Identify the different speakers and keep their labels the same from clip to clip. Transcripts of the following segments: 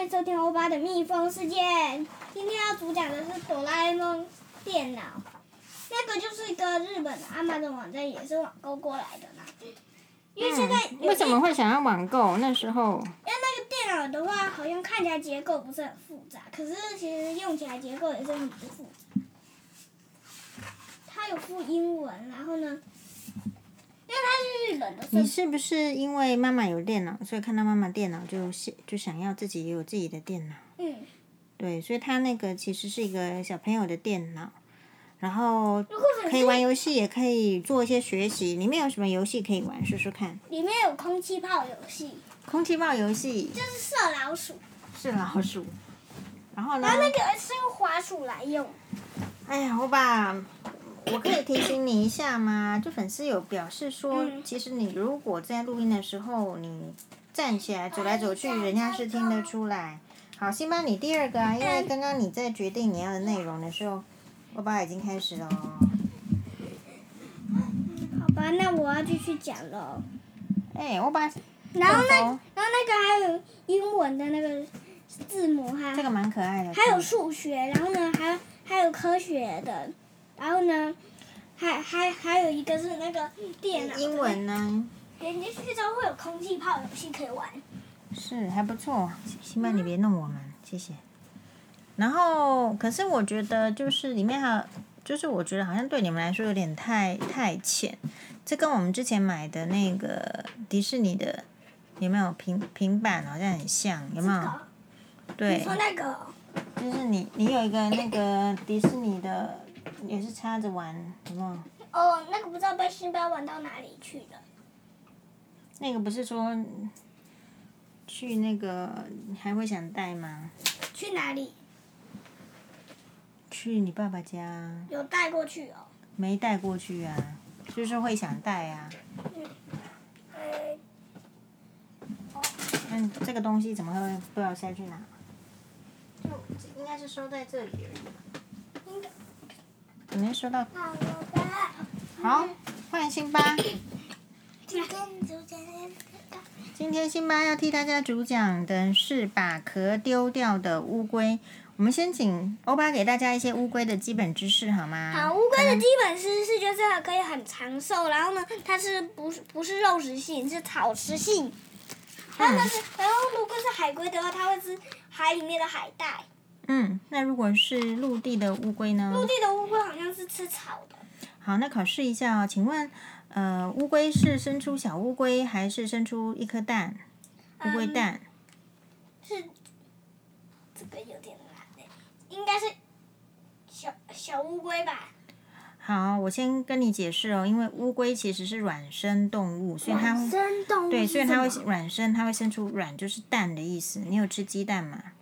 Speaker 1: 迎收听欧巴的蜜蜂世界。今天要主讲的是哆啦 A 梦电脑，那个就是一个日本的阿玛的网站，也是网购过来的啦。因为现在、嗯
Speaker 2: 嗯、为什么？会想要网购？那时
Speaker 1: 因
Speaker 2: 候
Speaker 1: 为那个电脑的话，好像看起来结构不是很复杂，可是其实用起来结构也是很不复杂。它有附英文，然后呢，因为它是日本的，所
Speaker 2: 你
Speaker 1: 以
Speaker 2: 是不是因为妈妈有电脑，所以看到妈妈电脑就想就想要自己也有自己的电脑？
Speaker 1: 嗯，
Speaker 2: 对，所以他那个其实是一个小朋友的电脑，然后
Speaker 1: 如果粉
Speaker 2: 可以玩
Speaker 1: 丝
Speaker 2: 游戏，也可以做一些学习。里面有什么游戏可以玩？说说看。
Speaker 1: 里面有空气炮游戏，
Speaker 2: 空气炮游戏
Speaker 1: 就是射老鼠，
Speaker 2: 是老鼠，然后呢
Speaker 1: 然？后那个是用滑鼠来用。
Speaker 2: 哎呀，我把。我可以提醒你一下吗？就粉丝有表示说，
Speaker 1: 嗯
Speaker 2: 其实你如果在录音的时候，你站起来走来走
Speaker 1: 哎
Speaker 2: 去，人家是听得出来。好，辛巴，你第二个
Speaker 1: 嗯
Speaker 2: 啊，因为刚刚你在决定你要的内容的时候，欧巴已经开始了哦。
Speaker 1: 好吧，那我要继续讲喽。
Speaker 2: 哎，欧巴，
Speaker 1: 然后那，
Speaker 2: 豆
Speaker 1: 然
Speaker 2: 豆
Speaker 1: 后那个还有英文的那个字母哈
Speaker 2: 这，个蛮可爱的。
Speaker 1: 嗯还有数学，然后呢，还还有科学的，然后呢，还还还有一个是那个电脑的
Speaker 2: 英。文呢？
Speaker 1: 点进去之后会有空气炮游戏可以玩。
Speaker 2: 是还不错，辛巴你别弄我们，谢谢。然后，可是我觉得就是里面还有，就是我觉得好像对你们来说有点太太浅，这跟我们之前买的那个迪士尼的有没有平平板好像很像，有没有？
Speaker 1: 这个
Speaker 2: 对，
Speaker 1: 你说那个哦，
Speaker 2: 就是你你有一个那个迪士尼的也是插着玩，有没有？
Speaker 1: 哦，那个不知道被辛巴玩到哪里去了。
Speaker 2: 那个不是说去那个还会想带吗？
Speaker 1: 去哪里？
Speaker 2: 去你爸爸家。啊
Speaker 1: 有带过去哦。
Speaker 2: 没带过去啊，就是会想带啊。
Speaker 1: 呃，
Speaker 2: 但这个东西怎么会不知道塞去哪？就应该是收在这里而已。
Speaker 1: 应该
Speaker 2: 你能收到？
Speaker 1: 好了吧？
Speaker 2: 好，欢迎辛巴。
Speaker 1: 今天主讲人
Speaker 2: 今天辛巴要替大家主讲的是把壳丢掉的乌龟。我们先请欧巴给大家一些乌龟的基本知识好吗？
Speaker 1: 好，乌龟的基本知识就是它可以很长寿，然后呢，它是不是不是肉食性，是草食性。然
Speaker 2: 嗯
Speaker 1: 后呢，是然后如果是海龟的话，它会吃海里面的海带。
Speaker 2: 嗯，那如果是陆地的乌龟呢？
Speaker 1: 陆地的乌龟好像是吃草的，
Speaker 2: 好，那考试一下哦，请问，呃，乌龟是生出小乌龟还是生出一颗蛋？乌龟
Speaker 1: 嗯
Speaker 2: 蛋。
Speaker 1: 是这个有点难的，应该是小小乌龟吧？
Speaker 2: 好，我先跟你解释哦，因为乌龟其实是卵生动物，所以它会
Speaker 1: 生动物
Speaker 2: 对，所以它会卵生，它会生出卵，就是蛋的意思。你有吃鸡蛋吗？
Speaker 1: 嗯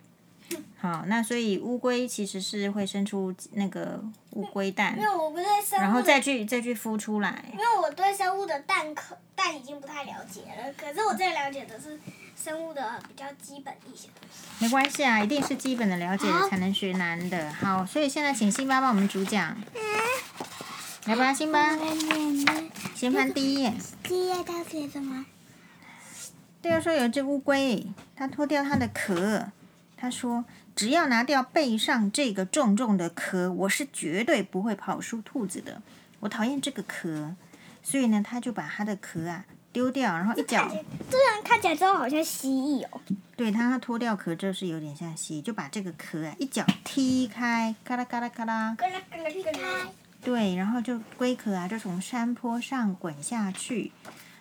Speaker 2: 好，那所以乌龟其实是会生出那个乌龟蛋
Speaker 1: 因，为我不对生物，
Speaker 2: 然后再去再去孵出来
Speaker 1: 因。为我对生物的蛋壳蛋已经不太了解了，可是我最了解的是生物的比较基本一些东西。
Speaker 2: 没关系啊，一定是基本的了解了
Speaker 1: 好
Speaker 2: 才能学难的。好，所以现在请辛巴帮我们主讲，
Speaker 1: 嗯
Speaker 2: 来吧，辛巴，先翻第一页。
Speaker 1: 第一页他写什么？
Speaker 2: 对啊，说有一只乌龟，它脱掉它的壳，它说只要拿掉背上这个重重的壳，我是绝对不会跑输兔子的。我讨厌这个壳，所以呢，它就把它的壳啊丢掉，然后一脚
Speaker 1: 这样看起来之后好像蜥蜴哦。
Speaker 2: 对它脱掉壳，就是有点像蜥蜴，就把这个壳啊一脚踢开，咔啦咔啦咔啦，
Speaker 1: 咯啦咯啦咯啦。
Speaker 2: 对，然后就龟壳啊就从山坡上滚下去。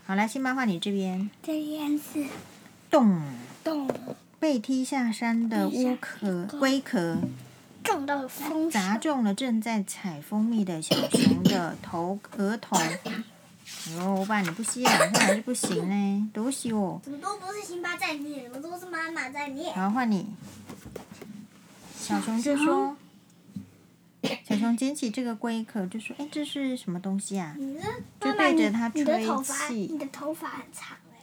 Speaker 2: 好，来，新妈换你这边，
Speaker 1: 这边是
Speaker 2: 咚，
Speaker 1: 动
Speaker 2: 被踢下山的乌壳龟壳。
Speaker 1: 撞到风
Speaker 2: 砸中了正在采蜂蜜的小熊的头额头。哎呦，我爸你不吸氧，那还是不行呢，多喜哦。
Speaker 1: 怎么都不是辛巴在念，怎么都是妈妈在念。
Speaker 2: 好，换你。小熊就说，小熊捡起这个龟壳就说：“哎，这是什么东西啊
Speaker 1: 你这妈
Speaker 2: 就
Speaker 1: 妈，
Speaker 2: 对着
Speaker 1: 你
Speaker 2: 它
Speaker 1: 你的头发，
Speaker 2: 吹气
Speaker 1: 你的头发很长哎、？”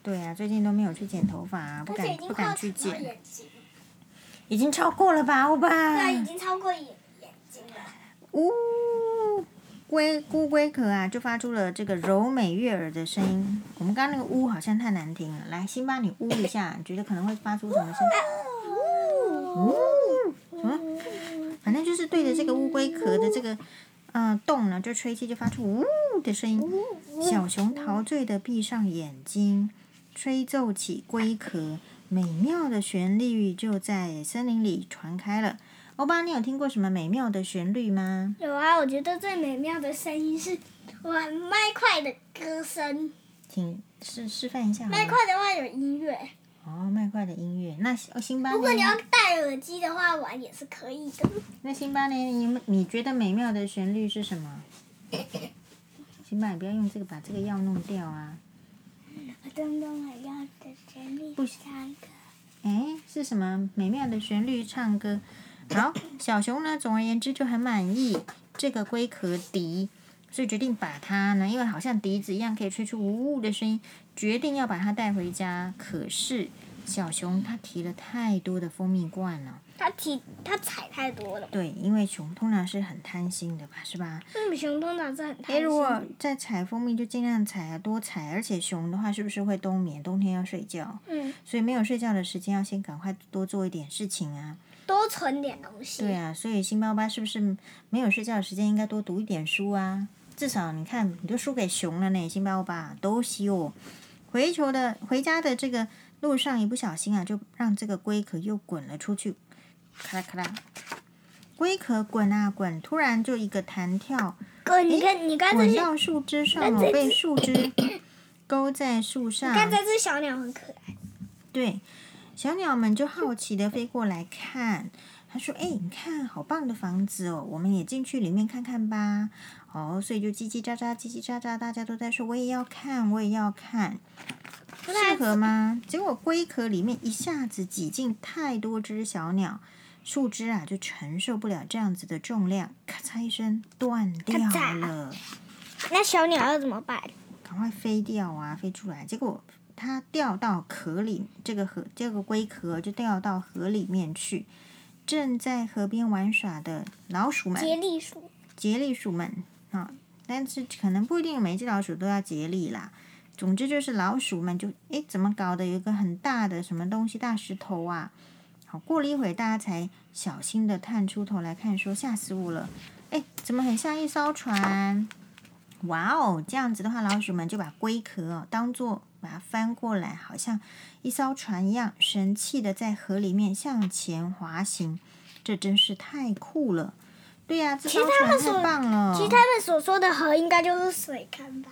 Speaker 2: 对啊，最近都没有去剪头发、啊，不
Speaker 1: 而且
Speaker 2: 敢
Speaker 1: 已经
Speaker 2: 不
Speaker 1: 快要长
Speaker 2: 敢去
Speaker 1: 到
Speaker 2: 剪，
Speaker 1: 眼睛了，
Speaker 2: 已经超过了吧，欧巴？
Speaker 1: 对啊，已经超过眼眼睛了。
Speaker 2: 呜，龟乌龟壳啊，就发出了这个柔美悦耳的声
Speaker 1: 哦
Speaker 2: 音。我们刚刚那个呜好像太难听了，来，辛巴你呜一下，你觉得可能会发出什么声？
Speaker 1: 哎
Speaker 2: 反正就是对着这个乌龟壳的这个呃洞呢，就吹气就发出呜的声音。小熊陶醉的闭上眼睛，吹奏起龟壳，美妙的旋律就在森林里传开了。欧巴，你有听过什么美妙的旋律吗？
Speaker 1: 有啊，我觉得最美妙的声音是玩麦块的歌声。
Speaker 2: 请示示范一下好吗。
Speaker 1: 麦块的话有音乐，
Speaker 2: 哦，麦块的音乐。那哦，辛巴呢？
Speaker 1: 如果你要戴耳机的话玩也是可以的。
Speaker 2: 那辛巴呢？你们你觉得美妙的旋律是 什么？辛巴，你不要用这个把这个药弄掉啊！
Speaker 1: 我真的我要的旋律
Speaker 2: 不
Speaker 1: 三个。
Speaker 2: 哎，是什么美妙的旋律唱歌？好，小熊呢，总而言之就很满意这个龟壳笛，所以决定把它呢，因为好像笛子一样可以吹出呜呜的声音，决定要把它带回家。可是小熊它提了太多的蜂蜜罐了，
Speaker 1: 它提它踩太多了，
Speaker 2: 对，因为熊通常是很贪心的吧，是吧？
Speaker 1: 嗯，熊通常是很贪
Speaker 2: 诶，
Speaker 1: 心哎
Speaker 2: 如果
Speaker 1: 的。
Speaker 2: 在采蜂蜜，就尽量采啊，多采。而且熊的话，是不是会冬眠？冬天要睡觉，
Speaker 1: 嗯，
Speaker 2: 所以没有睡觉的时间，要先赶快多做一点事情啊。
Speaker 1: 多存点东西。
Speaker 2: 对啊，所以辛巴巴是不是没有睡觉的时间，应该多读一点书啊？至少你看，你都输给熊了呢，辛巴巴都西哦。回球的回家的这个路上，一不小心啊，就让这个龟壳又滚了出去，咔啦咔啦。龟壳滚啊滚，突然就一个弹跳，
Speaker 1: 哥，你看，你看这
Speaker 2: 滚
Speaker 1: 些，
Speaker 2: 到树枝上哦，被树 枝勾在树上
Speaker 1: 你。看这只小鸟很可爱。
Speaker 2: 对，小鸟们就好奇的飞过来看。他说：“哎，你看，好棒的房子哦，我们也进去里面看看吧。”哦，所以就叽叽喳喳，叽叽喳喳，大家都在说：“我也要看，我也要看。”适合吗？结果龟壳里面一下子挤进太多只小鸟，树枝啊就承受不了这样子的重量，咔嚓一声断掉
Speaker 1: 咔嚓
Speaker 2: 了。
Speaker 1: 那小鸟要怎么办？
Speaker 2: 赶快飞掉啊，飞出来！结果它掉到壳里，这个河这个龟壳就掉到河里面去。正在河边玩耍的老鼠们，
Speaker 1: 接力鼠，
Speaker 2: 杰利鼠们啊、但是可能不一定每只老鼠都要竭力啦。总之就是老鼠们就诶怎么搞的，有一个很大的什么东西大石头啊。好，过了一会儿，大家才小心的探出头来看，说吓死我了，诶，怎么很像一艘船？哇哦，这样子的话，老鼠们就把龟壳哦当做把它翻过来，好像一艘船一样，神气的在河里面向前滑行，这真是太酷了。对呀、这艘
Speaker 1: 其实他
Speaker 2: 船
Speaker 1: 们
Speaker 2: 太
Speaker 1: 所
Speaker 2: 棒了。
Speaker 1: 其实他们所说的河应该就是水坑吧？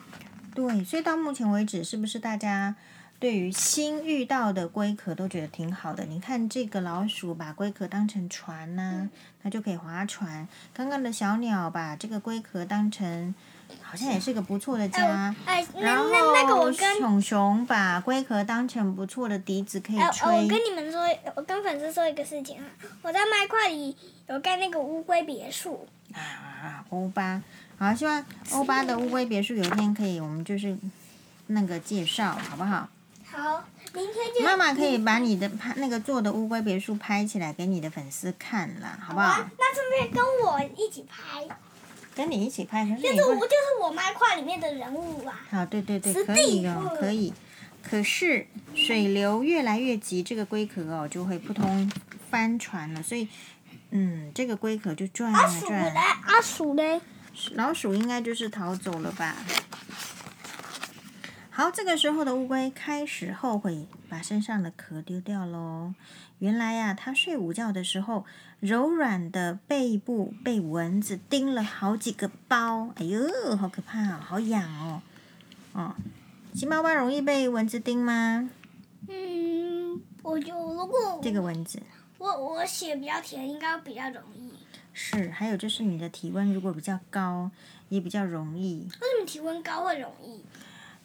Speaker 2: 对，所以到目前为止，是不是大家对于新遇到的龟壳都觉得挺好的？你看这个老鼠把龟壳当成船呐、
Speaker 1: 嗯
Speaker 2: 它就可以划船；刚刚的小鸟把这个龟壳当成，好像也是个不错的家。
Speaker 1: 哎，那
Speaker 2: 然后
Speaker 1: 那那个我跟
Speaker 2: 熊熊把龟壳当成不错的笛子可以
Speaker 1: 哎、
Speaker 2: 吹。
Speaker 1: 我跟你们说，我跟粉丝说一个事情啊，我在麦块里有盖那个乌龟别墅，
Speaker 2: 啊，欧巴，好，希望欧巴的乌龟别墅有一天可以，我们就是那个介绍，好不好？
Speaker 1: 好，明天就
Speaker 2: 妈妈可以把你的拍那个做的乌龟别墅拍起来给你的粉丝看啦，好不好
Speaker 1: 啊？，那顺便跟我一起拍，
Speaker 2: 跟你一起拍，可是
Speaker 1: 就
Speaker 2: 你
Speaker 1: 是我
Speaker 2: 不
Speaker 1: 就是我麦块里面的人物啊，
Speaker 2: 好，对对对，
Speaker 1: 死
Speaker 2: 可以
Speaker 1: 定
Speaker 2: 哦，
Speaker 1: 了
Speaker 2: 可以。可是水流越来越急，这个龟壳哦就会扑通翻船了，所以嗯，这个龟壳就转
Speaker 1: 阿
Speaker 2: 啊
Speaker 1: 鼠嘞
Speaker 2: 转，，
Speaker 1: 阿鼠嘞，
Speaker 2: 老鼠应该就是逃走了吧。好，这个时候的乌龟开始后悔把身上的壳丢掉喽。原来呀、它睡午觉的时候，柔软的背部被蚊子叮了好几个包，哎呦，好可怕哦，好痒哦。哦，金包包容易被蚊子叮吗？
Speaker 1: 嗯，我就如果
Speaker 2: 这个蚊子
Speaker 1: 我我血比较甜，应该比较容易。
Speaker 2: 是，还有就是你的体温如果比较高，也比较容易
Speaker 1: 为什么体温高会容易？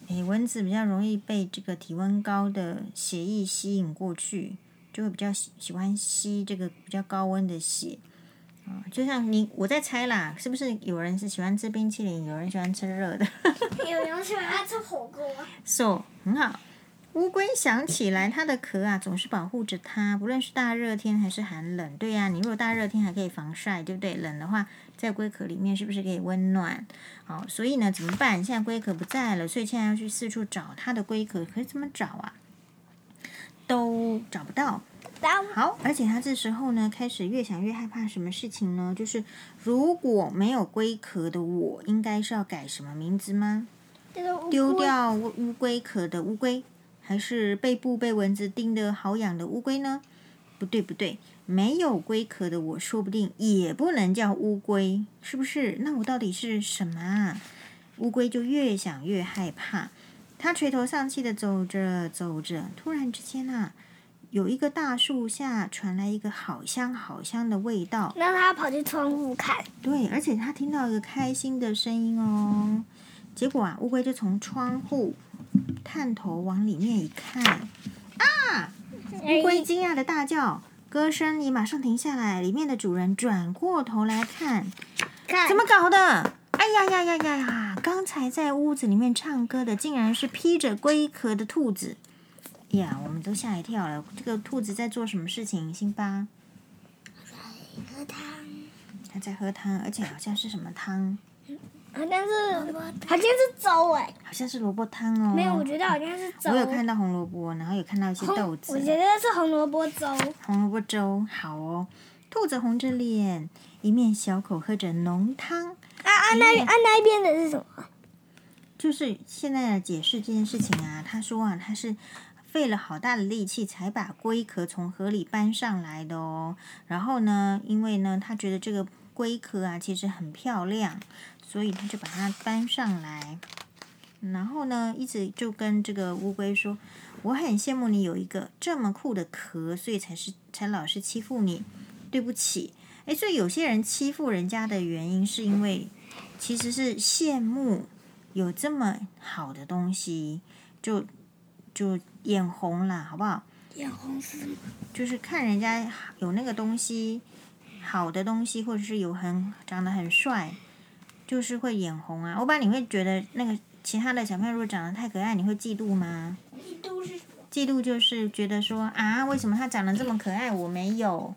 Speaker 2: 诶，蚊子比较容易被这个体温高的血液吸引过去，就会比较喜喜欢吸这个比较高温的血。啊、就像你我在猜啦，是不是有人是喜欢吃冰淇淋，有人喜欢吃热的
Speaker 1: 有人喜欢爱吃火锅，啊
Speaker 2: ？So 很好。乌龟想起来，它的壳啊总是保护着它，不论是大热天还是寒冷。对啊呀、你如果大热天还可以防晒，对不对？冷的话，在龟壳里面是不是可以温暖？好，所以呢，怎么办？现在龟壳不在了，所以现在要去四处找它的龟壳，可是怎么找啊？都找不到。
Speaker 1: 然后
Speaker 2: 好，而且他这时候呢，开始越想越害怕什么事情呢？就是如果没有龟壳的我，应该是要改什么名字吗？
Speaker 1: 这个乌龟
Speaker 2: 丢掉乌乌龟壳的乌龟，还是背部被蚊子叮得好痒的乌龟呢？不对不对，没有龟壳的我，说不定也不能叫乌龟，是不是？那我到底是什么啊？乌龟就越想越害怕，它垂头丧气的走着走着，突然之间啊，有一个大树下传来一个好香好香的味道，
Speaker 1: 让它跑去窗户看，
Speaker 2: 对，而且它听到一个开心的声音哦。结果啊，乌龟就从窗户探头往里面一看，乌龟惊讶的大叫，歌声也马上停下来。里面的主人转过头来看，
Speaker 1: 看
Speaker 2: 怎么搞的？哎呀呀呀呀呀！刚才在屋子里面唱歌的，竟然是披着龟壳的兔子。哎呀，我们都吓一跳了。这个兔子在做什么事情？辛巴，
Speaker 1: 喝汤，
Speaker 2: 它在喝汤，而且好像是什么汤？
Speaker 1: 好像是好像是粥哎，
Speaker 2: 好像是萝卜汤哦。
Speaker 1: 没有，我觉得好像是粥。
Speaker 2: 我有看到红萝卜，然后有看到一些
Speaker 1: 红
Speaker 2: 豆子。
Speaker 1: 我觉得是红萝卜粥。啊
Speaker 2: 红萝卜粥，好哦。兔子红着脸，一面小口喝着浓汤，
Speaker 1: 啊
Speaker 2: 嗯
Speaker 1: 啊，那啊那一边的是什么？
Speaker 2: 就是现在的解释这件事情啊。他说啊，他是费了好大的力气才把龟壳从河里搬上来的哦。然后呢，因为呢，他觉得这个龟壳啊其实很漂亮，所以他就把它搬上来。然后呢，一直就跟这个乌龟说：“我很羡慕你有一个这么酷的壳，所以才是才老是欺负你。对不起，诶，所以有些人欺负人家的原因是因为其实是羡慕有这么好的东西，就就眼红啦，好不好？
Speaker 1: 眼红是什么？
Speaker 2: 就是看人家有那个东西，好的东西，或者是有很长得很帅，就是会眼红啊。欧巴，你会觉得那个其他的小朋友如果长得太可爱，你会嫉妒吗？
Speaker 1: 嫉妒是什么？
Speaker 2: 嫉妒就是觉得说啊，为什么他长得这么可爱，我没有？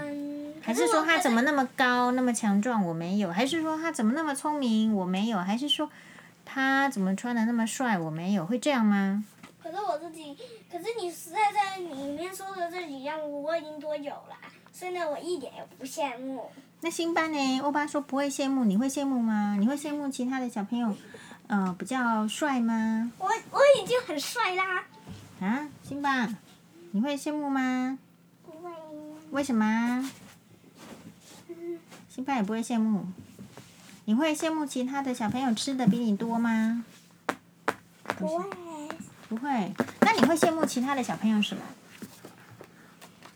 Speaker 1: 嗯，
Speaker 2: 还是说他怎么那么高、那么强壮，我没有？还是说他怎么那么聪明，我没有？还是说他怎么穿的那么帅，我没有？会这样吗？
Speaker 1: 可是我自己，可是你实在在里面说的这几样，我已经多有了，所以呢，我一点也不羡慕。
Speaker 2: 那辛巴呢？欧巴说不会羡慕，你会羡慕吗？你会羡慕其他的小朋友，呃，比较帅吗？
Speaker 1: 我我已经很帅啦。
Speaker 2: 啊，辛巴，你会羡慕吗？
Speaker 1: 不会，
Speaker 2: 为什么啊？
Speaker 1: 嗯
Speaker 2: 辛巴也不会羡慕。你会羡慕其他的小朋友吃的比你多吗？
Speaker 1: 不会，
Speaker 2: 不会。那你会羡慕其他的小朋友什么？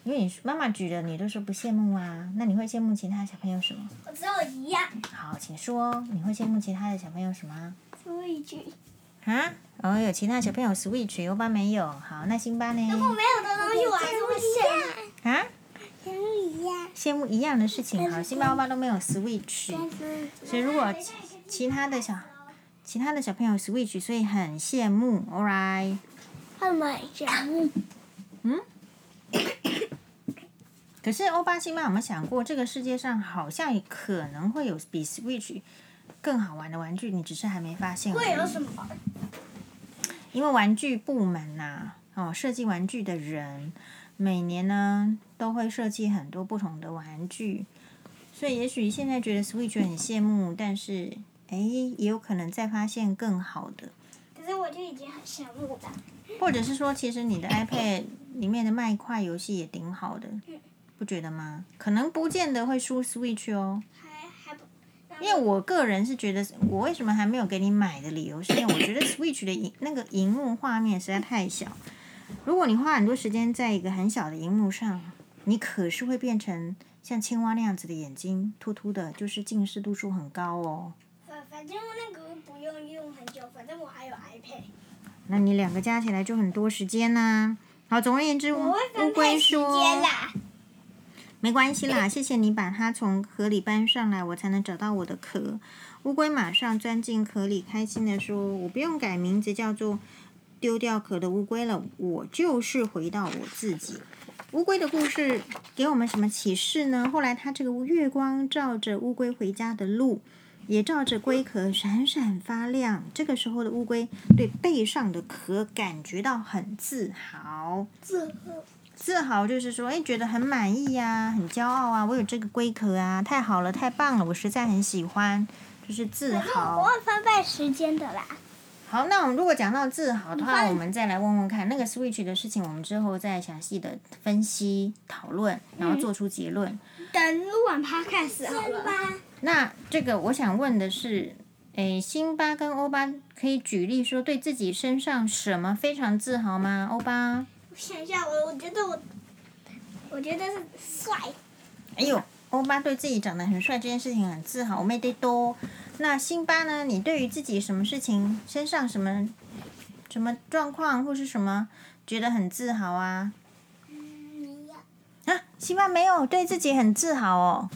Speaker 2: 因为你妈妈举的，你都说不羡慕啊。那你会羡慕其他小朋友什么？
Speaker 1: 我只有一样，
Speaker 2: 好，请说，你会羡慕其他的小朋友什么啊？
Speaker 1: 说一句。
Speaker 2: 啊，哦，有其他小朋友 Switch，欧巴没有。好，那辛巴
Speaker 1: 如果
Speaker 2: 呢？
Speaker 1: 没有的东西，我还是会羡慕。
Speaker 2: 啊，
Speaker 1: 羡慕一样，
Speaker 2: 羡慕一样的事情。好，辛巴、欧巴都没有 Switch，
Speaker 1: 是
Speaker 2: 所以如果其其他的小其他的小朋友 Switch，所以很羡慕。All right，
Speaker 1: 他买家务，
Speaker 2: 嗯。可是欧巴、辛巴有没有想过，这个世界上好像也可能会有比 Switch 更好玩的玩具，你只是还没发现而已。
Speaker 1: 会有什么？
Speaker 2: 因为玩具部门呐、哦，设计玩具的人每年呢都会设计很多不同的玩具，所以也许现在觉得 Switch 很羡慕，但是诶，也有可能再发现更好的，
Speaker 1: 可是我就已经很羡慕了。
Speaker 2: 或者是说，其实你的 iPad 里面的麦块游戏也挺好的，不觉得吗？可能不见得会输 Switch 哦，
Speaker 1: 还还不，
Speaker 2: 因为我个人是觉得，我为什么还没有给你买的理由，是因为我觉得 Switch 的荧那个荧幕画面实在太小。如果你花很多时间在一个很小的荧幕上，你可是会变成像青蛙那样子的眼睛，突突的，就是近视度数很高哦。
Speaker 1: 反反正那个不用用很久，反正我还有 iPad。
Speaker 2: 那你两个加起来就很多时间呐、好，总而言之，
Speaker 1: 我
Speaker 2: 乌
Speaker 1: 会分
Speaker 2: 龟
Speaker 1: 配时
Speaker 2: 说
Speaker 1: 间啦。
Speaker 2: 没关系啦，谢谢你把它从壳里搬上来，我才能找到我的壳。乌龟马上钻进壳里，开心地说：“我不用改名字，叫做丢掉壳的乌龟了，我就是回到我自己。”乌龟的故事给我们什么启示呢？后来，它这个月光照着乌龟回家的路，也照着龟壳闪闪发亮。这个时候的乌龟对背上的壳感觉到很自豪。
Speaker 1: 这
Speaker 2: 自豪就是说，哎，觉得很满意呀、很骄傲啊，我有这个龟壳啊，太好了，太棒了，我实在很喜欢，就是自
Speaker 1: 可是我不
Speaker 2: 豪。
Speaker 1: 会翻倍时间的啦。
Speaker 2: 好，那我们如果讲到自豪的
Speaker 1: 你
Speaker 2: 话，
Speaker 1: 翻
Speaker 2: 我们再来问问看那个 Switch 的事情，我们之后再详细的分析讨论，然后做出结论。
Speaker 1: 等录完 podcast 好了。
Speaker 2: 那这个我想问的是，诶，辛巴跟欧巴可以举例说对自己身上什么非常自豪吗？欧巴，
Speaker 1: 我想一下，我我觉得我，我觉得是帅。
Speaker 2: 哎呦，欧巴对自己长得很帅这件事情很自豪，我没得多。那辛巴呢？你对于自己什么事情身上什么什么状况或是什么觉得很自豪啊？
Speaker 1: 嗯，
Speaker 2: 啊，辛巴没有对自己很自豪哦。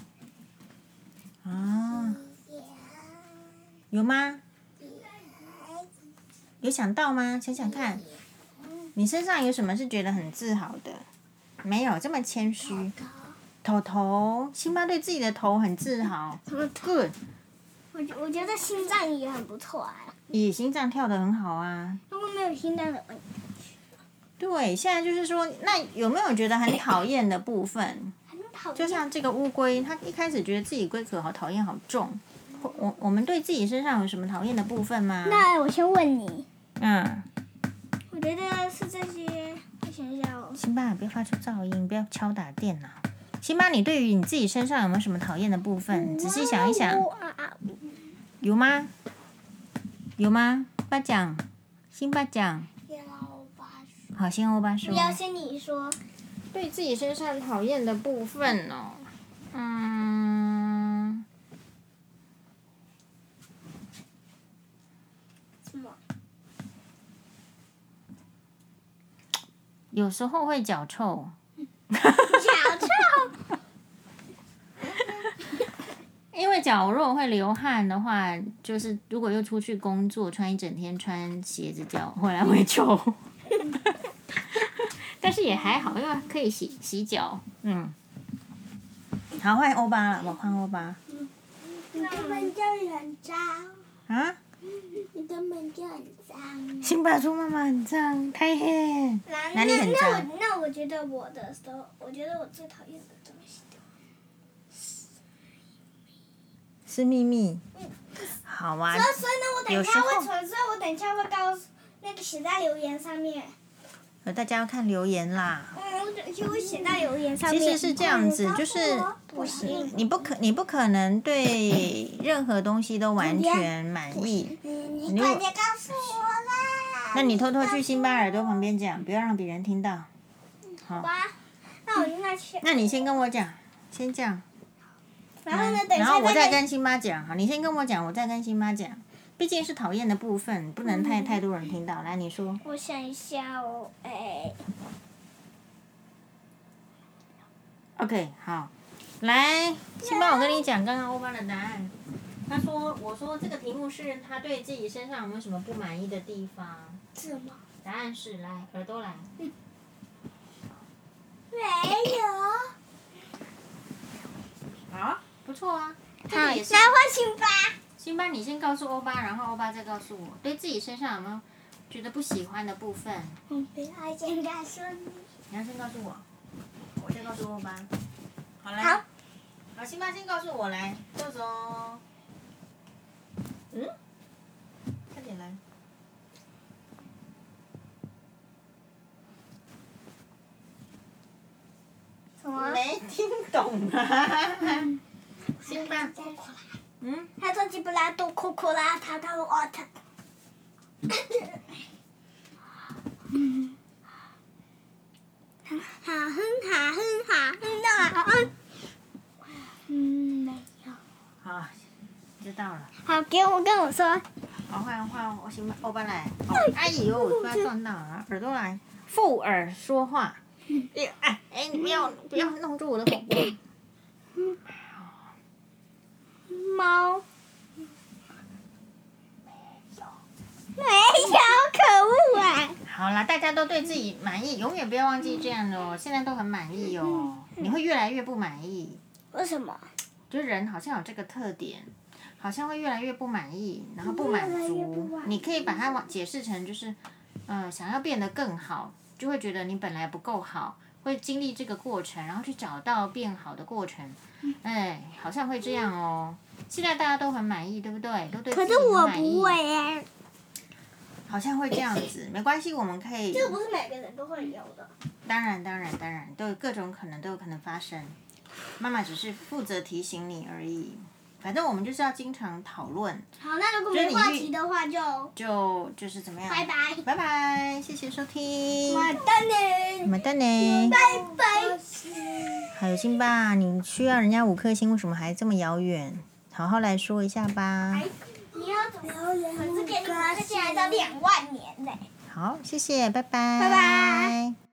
Speaker 2: 啊，有吗？有想到吗？想想看，你身上有什么是觉得很自豪的？没有这么谦虚。头头，辛巴对自己的头很自豪。Good，
Speaker 1: 我觉我觉得心脏也很不错啊，
Speaker 2: 也心脏跳得很好啊。
Speaker 1: 如果没有心脏的问题，
Speaker 2: 对，现在就是说，那有没有觉得很讨厌的部分？
Speaker 1: 很讨厌。
Speaker 2: 就像这个乌龟，它一开始觉得自己龟壳好讨厌、好重。或我我们对自己身上有什么讨厌的部分吗？
Speaker 1: 那我先问你，
Speaker 2: 嗯，
Speaker 1: 我觉得是这些，我想一下哦，
Speaker 2: 辛巴，不要发出噪音，不要敲打电脑。辛巴，你对于你自己身上有没有什么讨厌的部分？仔细想一想。
Speaker 1: 啊啊！
Speaker 2: 有吗？有吗？巴讲，辛巴讲，好，先欧巴说
Speaker 1: 不。要先你说，
Speaker 2: 对自己身上讨厌的部分哦，嗯，
Speaker 1: 什么？
Speaker 2: 有时候会脚臭。
Speaker 1: 脚臭。
Speaker 2: 因为脚如果会流汗的话，就是如果又出去工作，穿一整天穿鞋子脚，回来会臭。 但是也还好，因为可以洗洗脚。嗯，好，换欧巴了，我换欧巴
Speaker 1: 你根本就很脏，
Speaker 2: 啊！
Speaker 1: 你根本就很脏。
Speaker 2: 辛巴说妈妈很脏，太黑。
Speaker 1: 那那
Speaker 2: 哪里很
Speaker 1: 那
Speaker 2: 脏
Speaker 1: 我那我觉得我的时候，我觉得我最讨厌的东西的，
Speaker 2: 是秘密。好啊
Speaker 1: 所，以所以呢，我等
Speaker 2: 有
Speaker 1: 一
Speaker 2: 时
Speaker 1: 下
Speaker 2: 候
Speaker 1: 会存，所以我等一下会告诉那个写在留言上面，
Speaker 2: 呃大家要看留言啦。
Speaker 1: 嗯，我等就会写在留言上
Speaker 2: 其
Speaker 1: 面。
Speaker 2: 实是这样子，
Speaker 1: 嗯
Speaker 2: 就是
Speaker 1: 不行，
Speaker 2: 你不可你不可能对任何东西都完全满意。
Speaker 1: 你
Speaker 2: 你快
Speaker 1: 快
Speaker 2: 点
Speaker 1: 点告诉我啦！
Speaker 2: 那你偷偷去辛巴耳朵旁边讲，不要让别人听到。好，
Speaker 1: 哇，那我那去，
Speaker 2: 那你先跟我讲，先讲，
Speaker 1: 然后呢，等一
Speaker 2: 嗯然
Speaker 1: 下
Speaker 2: 后我再
Speaker 1: 跟
Speaker 2: 跟辛巴讲。好，你先跟我讲，我再跟辛巴讲。毕竟是讨厌的部分，不能
Speaker 1: 嗯
Speaker 2: 太太多人听到。来，你说，
Speaker 1: 我想一下哦，哎，
Speaker 2: OK，好，来，辛巴，我跟你讲刚刚欧巴的答案。他说：“我说这个题目是他对自己身上有没有什么不满意的地方？
Speaker 1: 怎么
Speaker 2: 答案是来耳朵来，
Speaker 1: 没有？
Speaker 2: 啊，不错啊。这
Speaker 1: 好，
Speaker 2: 个也是
Speaker 1: 那。换辛巴。
Speaker 2: 辛巴，你先告诉欧巴，然后欧巴再告诉我，对自己身上有没有觉得不喜欢的部分？
Speaker 1: 我不要先告诉你。
Speaker 2: 你要先告诉我，我再告诉欧巴。好来，
Speaker 1: 好，
Speaker 2: 好，辛巴先告诉我来，豆总。嗯，快点来。
Speaker 1: 什么？
Speaker 2: 没听懂 啊。辛巴，嗯，
Speaker 1: 他说吉布拉多库库拉，他他我他。嗯哈哼哈哼哈哼的啊嗯，嗯没有。
Speaker 2: 好，知道了。
Speaker 1: 好，给我跟我说，
Speaker 2: 好，换换我行吧，欧巴来。好哎呦，突然撞到啊，耳朵来，附耳说话。哎哎哎，你不要不要弄住我的口播。
Speaker 1: 猫。没有，可恶啊！
Speaker 2: 好啦，大家都对自己满意，永远不要忘记这样的哦。现在都很满意哦，你会越来越不满意。
Speaker 1: 为什么？
Speaker 2: 就人好像有这个特点，好像会越来越不满意，然后不满
Speaker 1: 越来越不
Speaker 2: 足
Speaker 1: 满。
Speaker 2: 你可以把嗯它往解释成就是，呃，想要变得更好，就会觉得你本来不够好，
Speaker 3: 会经历这个过程，然后去找到变好的过程。哎，好像会这样哦。现在大家都很满意，对不对？都对自
Speaker 1: 可
Speaker 3: 己
Speaker 1: 是
Speaker 3: 很
Speaker 1: 我
Speaker 3: 满意
Speaker 1: 不会。哎，
Speaker 2: 好像会这样子，没关系，我们可以，
Speaker 1: 这不是每个人都会有的。
Speaker 2: 当然当然当然，都有各种可能都有可能发生。妈妈只是负责提醒你而已，反正我们就是要经常讨论，
Speaker 1: 好，那如果
Speaker 2: 就是
Speaker 1: 没
Speaker 2: 你
Speaker 1: 话
Speaker 2: 去
Speaker 1: 题的话就
Speaker 2: 就就是怎么样？
Speaker 1: 拜拜，
Speaker 2: 拜拜，谢谢收听，
Speaker 1: 马丹呢？
Speaker 2: 么蛋呢？
Speaker 1: 拜拜。
Speaker 2: 还有辛巴，你需要人家五颗星，为什么还这么遥远？好好来说一下吧。
Speaker 1: 你要怎么？可是给你们这些还到两万年呢。
Speaker 2: 好，谢谢，拜拜，
Speaker 1: 拜拜。